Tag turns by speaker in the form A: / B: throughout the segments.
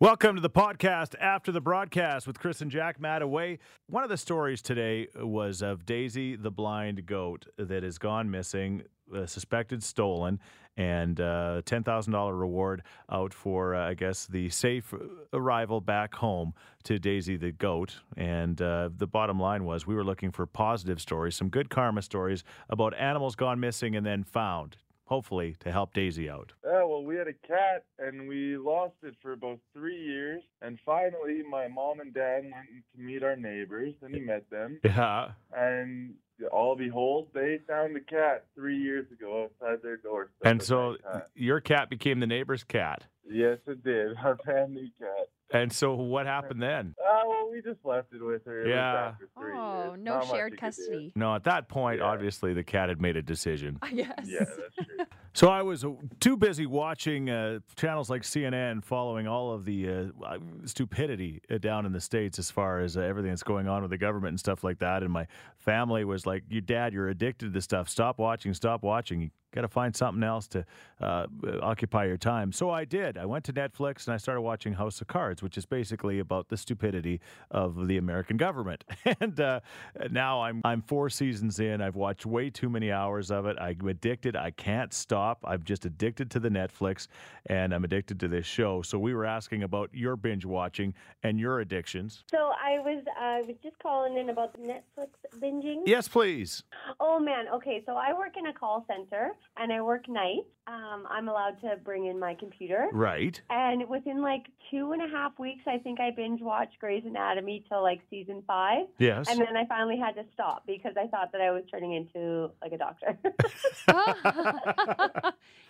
A: Welcome to the podcast after the broadcast with Chris and Jack Mattaway. One of the stories today was of Daisy the blind goat that has gone missing, uh, suspected stolen, and uh, $10,000 reward out for, uh, I guess, the safe arrival back home to Daisy the goat. And uh, the bottom line was we were looking for positive stories, some good karma stories about animals gone missing and then found, hopefully, to help Daisy out.
B: Yeah, well, we had a cat and we lost it for about three years. And finally, my mom and dad went to meet our neighbors and he met them.
A: Yeah.
B: And all behold, they found the cat three years ago outside their door.
A: And so
B: my uh, cat.
A: your cat became the neighbor's cat.
B: yes, it did. Our brand new cat.
A: And so what happened then?
B: Ah, well, we just left it with her. It was
A: Yeah.
B: after three
C: Oh,
B: years.
C: no
B: Not much you
C: shared
B: could do.
C: custody.
A: No, at that point,
B: Yeah.
A: obviously the cat had made a decision.
C: Yes.
B: Yeah, that's true.
A: So I was uh, too busy watching uh, channels like CNN, following all of the uh, uh, stupidity uh, down in the states as far as uh, everything that's going on with the government and stuff like that. And my family was like, "You dad, you're addicted to stuff. Stop watching. Stop watching. You got to find something else to uh, occupy your time." So I did. I went to Netflix and I started watching House of Cards, which is basically about the stupidity of the American government. and uh, now I'm I'm four seasons in. I've watched way too many hours of it. I'm addicted. I can't stop. I'm just addicted to the Netflix, and I'm addicted to this show. So we were asking about your binge watching and your addictions.
D: So I was I was just calling in about the Netflix binging.
A: Yes, please.
D: Oh man, okay. So I work in a call center and I work nights. Um, I'm allowed to bring in my computer.
A: Right.
D: And within like two and a half weeks, I think I binge watched Grey's Anatomy till like season five,
A: Yes.
D: and then I finally had to stop because I thought that I was turning into like a doctor.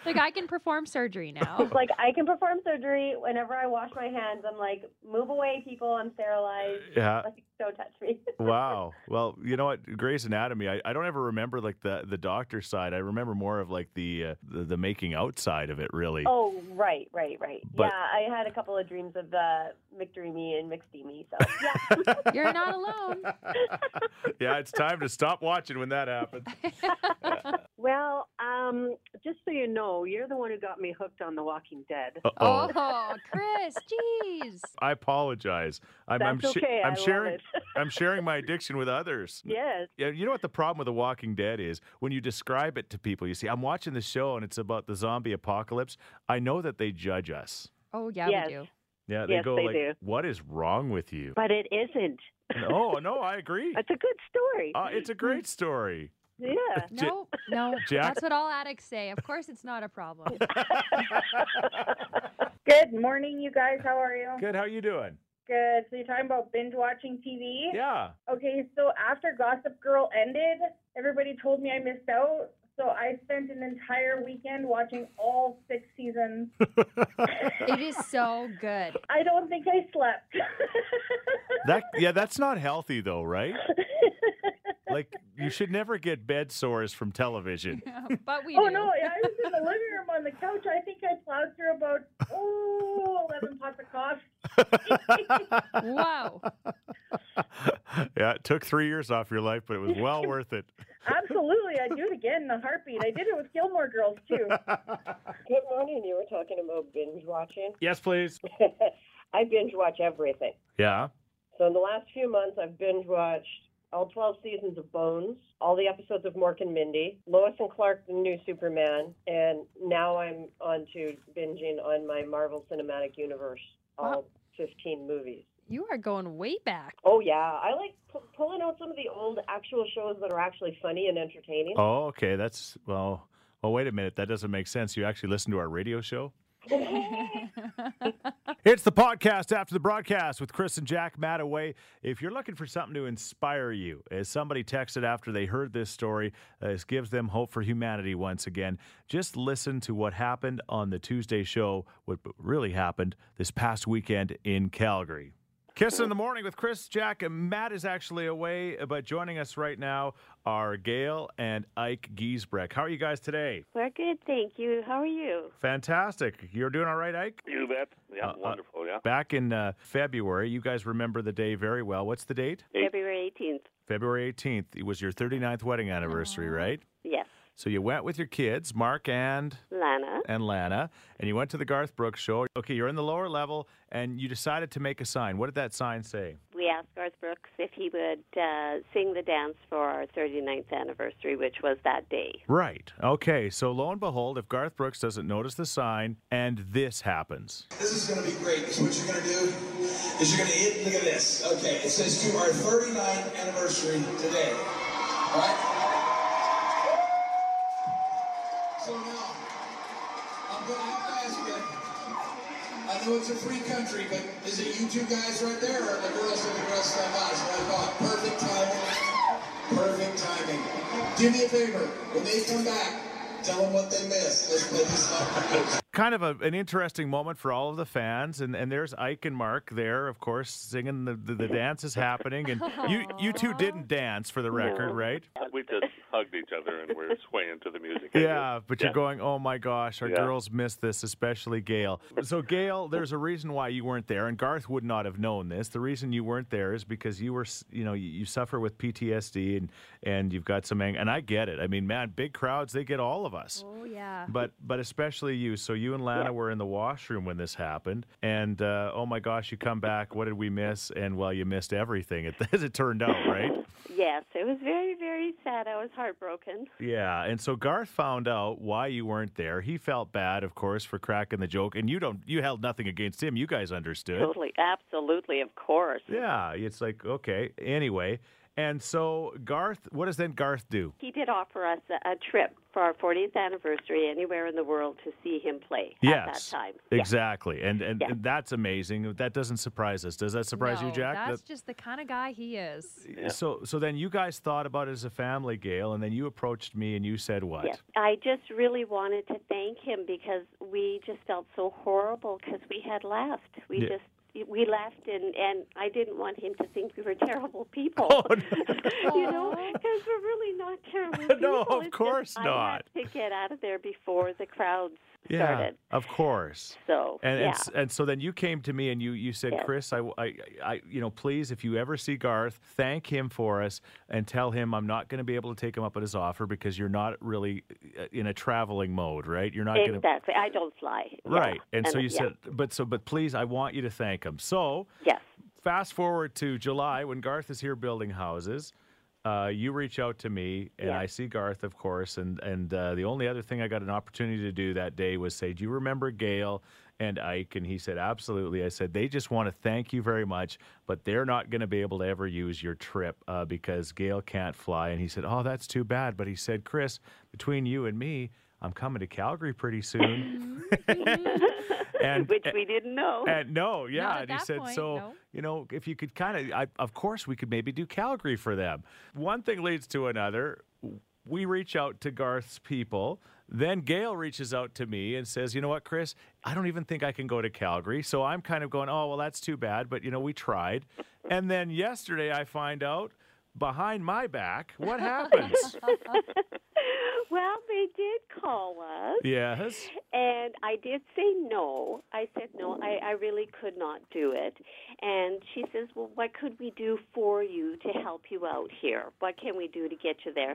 C: like I can perform surgery now.
D: like I can perform surgery whenever I wash my hands. I'm like, move away, people. I'm sterilized.
A: yeah.
D: Like, don't touch me.
A: Wow. Well, you know what? Grey's Anatomy. I, I don't ever remember like the the doctor side. I remember more of like the uh, the, the making out side of it. Really.
D: Oh, right, right, right.
A: But-
D: yeah, I had a couple of dreams of uh, McDreamy and McSteamy. So, yeah.
C: You're not alone.
A: yeah, it's time to stop watching when that happens.
E: Well, um, just so you know, you're the one who got me hooked on The Walking Dead.
A: Uh-oh.
C: oh, Chris, jeez.
A: I apologize. I'm I'm,
E: That's
A: sha-
E: okay. I
A: I'm
E: love
A: sharing
E: it.
A: I'm sharing my addiction with others.
E: yes.
A: Yeah, you know what the problem with The Walking Dead is? When you describe it to people, you see, I'm watching the show and it's about the zombie apocalypse. I know that they judge us.
C: Oh yeah,
E: Yes.
C: we do.
A: Yeah, they
E: Yes,
A: go
E: they
A: like,
E: do.
A: "What is wrong with you?"
E: But it isn't.
A: no, no, I agree.
E: It's a good story.
A: Uh, it's a great story.
E: yeah.
A: Ja-
C: No, no.
A: Jack-
C: That's what all addicts say. Of course, it's not a problem.
F: Good morning, you guys. How are you?
A: Good. How you doing?
F: Good. So you're talking about binge watching TV?
A: Yeah.
F: Okay, so after Gossip Girl ended, everybody told me I missed out. So I spent an entire weekend watching all six seasons.
C: It is so good.
F: I don't think I slept.
A: That yeah, that's not healthy though, right? Like you should never get bed sores from television.
C: but we
F: oh
C: do.
F: no, I was in the living room on the couch. I think I plowed through about oh, 11 pots of coffee.
C: Wow.
A: yeah, it took three years off your life, but it was well worth it.
F: Absolutely, I'd do it again in a heartbeat. I did it with Gilmore Girls too.
E: Good morning. You were talking about binge watching.
A: yes, please.
E: I binge watch everything.
A: Yeah.
E: So in the last few months, I've binge watched all 12 seasons of Bones, all the episodes of Mork and Mindy, Lois and Clark, the new Superman, and now I'm on to binging on my Marvel Cinematic Universe, all 15 movies.
C: You are going way back.
E: Oh, yeah. I like pu- pulling out some of the old actual shows that are actually funny and entertaining.
A: Oh, okay. That's well. Well, wait a minute. That doesn't make sense. You actually listen to our radio show. It's the podcast after the broadcast with Chris and Jack Mattaway. If you're looking for something to inspire you, as somebody texted after they heard this story, uh, this gives them hope for humanity once again. Just listen to what happened on the Tuesday show, what really happened this past weekend in Calgary. Kiss in the morning with Chris, Jack, and Matt is actually away, but joining us right now are Gail and Ike Giesbreck. How are you guys today?
G: We're good, thank you. How are you?
A: Fantastic. You're doing all right, Ike?
H: You bet. Yeah,
A: Uh, uh,
H: wonderful. Yeah.
A: back in uh, February. You guys remember the day very well. What's the date?
H: Eight.
G: February 18th.
A: February 18th. It was your 39th wedding anniversary, right?
G: Uh-huh. Yes.
A: So you went with your kids, Mark and
G: Lana,
A: and Lana, and you went to the Garth Brooks show. Okay, you're in the lower level, and you decided to make a sign. What did that sign say?
G: We asked Garth Brooks if he would uh, sing the dance for our 39th anniversary, which was that day.
A: Right. Okay, so lo and behold, if Garth Brooks doesn't notice the sign, and this happens.
H: This is going to be great. So what you're going to do is you're going to hit, look at this. Okay, it says to our 39th anniversary today. All right? So now, I'm going to have to ask you, I know it's a free country, but is it you two guys right there or the girls and the girls stand by? So I thought, perfect timing. Perfect timing. Do me a favor. When they come back, tell them what they missed. Let's play this song for you.
A: Kind of a, an interesting moment for all of the fans, and, and there's Ike and Mark there, of course, singing. The, the, the dance is happening, and you you two
C: Aw.
A: didn't dance for the record, right?
I: We just hugged each other and we're swaying to the music.
A: Yeah, but you're
I: Yeah.
A: going, oh my gosh, our
I: Yeah.
A: girls missed this, especially Gail. So, Gail, there's a reason why you weren't there, and Garth would not have known this. The reason you weren't there is because you were, s- you know, you, you suffer with PTSD and and you've got some anger, and I get it. I mean, man, big crowds, they get all of us.
C: Oh yeah.
A: But but especially you. So you and Lana were in the washroom when this happened, and uh, oh my gosh, you come back. What did we miss? And well, you missed everything. It, as it turned out, right?
G: Yes, it was very, very sad. I was heartbroken.
A: Yeah, and so Garth found out why you weren't there. He felt bad, of course, for cracking the joke, and you don't you held nothing against him. You guys understood.
G: Totally, absolutely, of course.
A: Yeah, it's like okay, anyway. And so Garth, what does then Garth do?
G: He did offer us a, a trip for our 40th anniversary anywhere in the world to see him play
A: Yes.
G: at that time. Yeah.
A: Exactly. And and,
G: Yeah.
A: and that's amazing. That doesn't surprise us. Does that surprise you,
C: No,
A: Jack?
C: That's
A: That-
C: just the kind of guy he is.
A: So so then you guys thought about it as a family, Gail, and then you approached me and you said what?
G: Yes. I just really wanted to thank him because we just felt so horrible because we had left. We
A: Yeah.
G: just we left and and I didn't want him to think we were terrible people.
A: Oh, no.
G: you know,
C: Aw.
G: because we're really not terrible people.
A: No, of
G: It's just
A: course not.
G: I had to get out of there before the crowds
A: Yeah.
G: started.
A: Of course.
G: So
A: And,
G: yeah.
A: and s- and so then you came to me and you you said,
G: Yes.
A: Chris, I, I I you know please if you ever see Garth, thank him for us and tell him I'm not going to be able to take him up at his offer because you're not really uh, in a traveling mode, right? You're not going to
G: Exactly. I don't fly. Yeah.
A: right. And, so you
G: yeah.
A: said, but so but please, I want you to thank him. So
G: yes.
A: fast forward to July when Garth is here building houses. Uh, you reach out to me, and
G: Yeah.
A: I see Garth, of course. And and uh, the only other thing I got an opportunity to do that day was say, "Do you remember Gail and Ike?" And he said, "Absolutely." I said, "They just want to thank you very much, but they're not going to be able to ever use your trip uh, because Gail can't fly." And he said, "Oh, that's too bad." But he said, "Chris, between you and me, I'm coming to Calgary pretty soon." and
G: Which we didn't know.
A: and no, yeah.
C: Not at
A: and he
C: that
A: said,
C: point,
A: so,
C: no.
A: you know, if you could kind of, of course, we could maybe do Calgary for them. One thing leads to another. We reach out to Garth's people. Then Gail reaches out to me and says, you know what, Chris, I don't even think I can go to Calgary. So I'm kind of going, oh, well, that's too bad. But, you know, we tried. And then yesterday I find out behind my back what happens.
G: well, they did call us.
A: yes.
G: And I did say no. I said no. I, I really could not do it. And she says, "Well, what could we do for you to help you out here? What can we do to get you there?"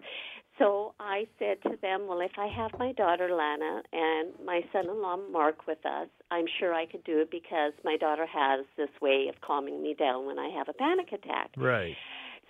G: So I said to them, "Well, if I have my daughter Lana and my son-in-law Mark with us, I'm sure I could do it because my daughter has this way of calming me down when I have a panic attack."
A: Right.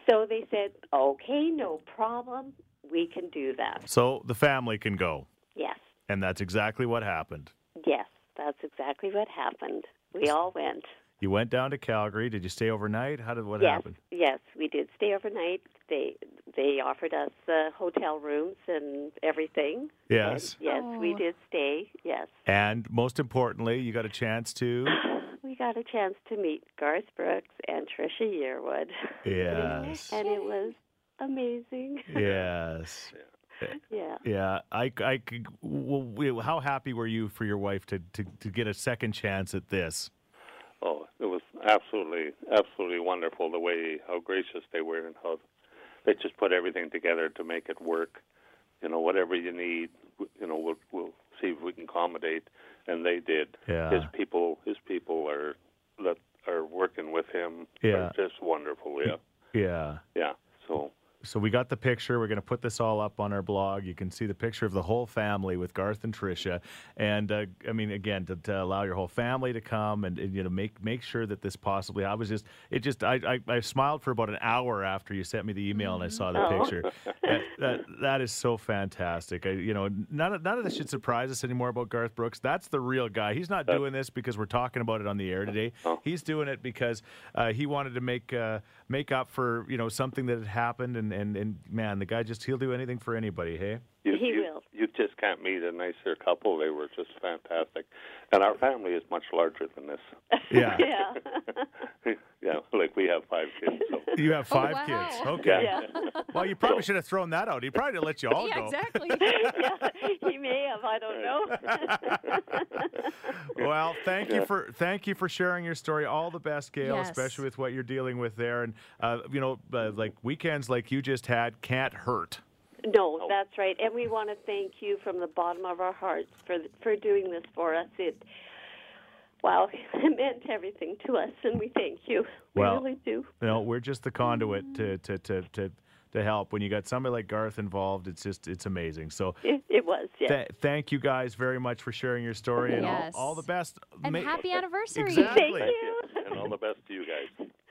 G: So they said, "Okay, no problem. We can do that."
A: So the family can go.
G: Yes.
A: And that's exactly what happened.
G: Yes, that's exactly what happened. We all went.
A: You went down to Calgary. Did you stay overnight? How did what
G: yes,
A: happened?
G: yes, we did stay overnight. They they offered us uh, hotel rooms and everything.
A: Yes.
G: And yes, we
C: Oh.
G: did stay. Yes,
A: And most importantly, you got a chance to
G: we got a chance to meet Garth Brooks and Trisha Yearwood.
A: yes,
G: and it was amazing.
A: yes,
G: yeah.
A: yeah. I, I could. Well, we- how happy were you for your wife to, to to get a second chance at this?
I: Oh, it was absolutely, absolutely wonderful the way how gracious they were and how they just put everything together to make it work. You know, whatever you need, w- you know, we'll we'll see if we can accommodate, and they did.
A: Yeah.
I: His people, his people are that are working with him.
A: Yeah.
I: are just wonderful. Yeah,
A: Yeah.
I: yeah. So
A: So we got the picture. We're going to put this all up on our blog. You can see the picture of the whole family with Garth and Tricia. And uh, I mean, again, to, to allow your whole family to come and, and, you know make make sure that this possibly. I was just it just I I, I smiled for about an hour after you sent me the email and I saw the
G: Oh.
A: picture. that, that that is so fantastic. I, you know, none of, none of this should surprise us anymore about Garth Brooks. That's the real guy. He's not doing this because we're talking about it on the air today. He's doing it because uh, he wanted to make uh, make up for you know something that had happened. And, and and man, the guy just he'll do anything for anybody. Hey,
I: You,
G: He
I: you,
G: will.
I: You just can't meet a nicer couple. They were just fantastic, and our family is much larger than this.
A: yeah.
G: Yeah.
I: yeah, like we have five kids. So.
A: You have five
C: Oh, wow.
A: kids. Okay.
G: yeah.
A: Well, you probably should have thrown that out. He probably didn't let you all
C: yeah,
A: go.
C: exactly.
G: yeah. He may have, I don't know.
A: Well, thank you
I: Yeah.
A: for thank you for sharing your story. All the best, Gail,
C: Yes.
A: especially with what you're dealing with there, and uh, you know, uh, like weekends like you just had can't hurt.
G: No, that's right. And we want to thank you from the bottom of our hearts for for doing this for us. It wow, it meant everything to us, and we thank you. We
A: Well-
G: really do.
A: You know, we're just the conduit to to to to, to help. When you got somebody like Garth involved, it's just it's amazing. So.
G: It, it was, yes.
A: Th- thank you guys very much for sharing your story and all-
C: Yes.
A: all, the best.
C: And
A: Ma-
C: happy anniversary.
A: Exactly.
G: Thank you.
I: and all the best to you guys.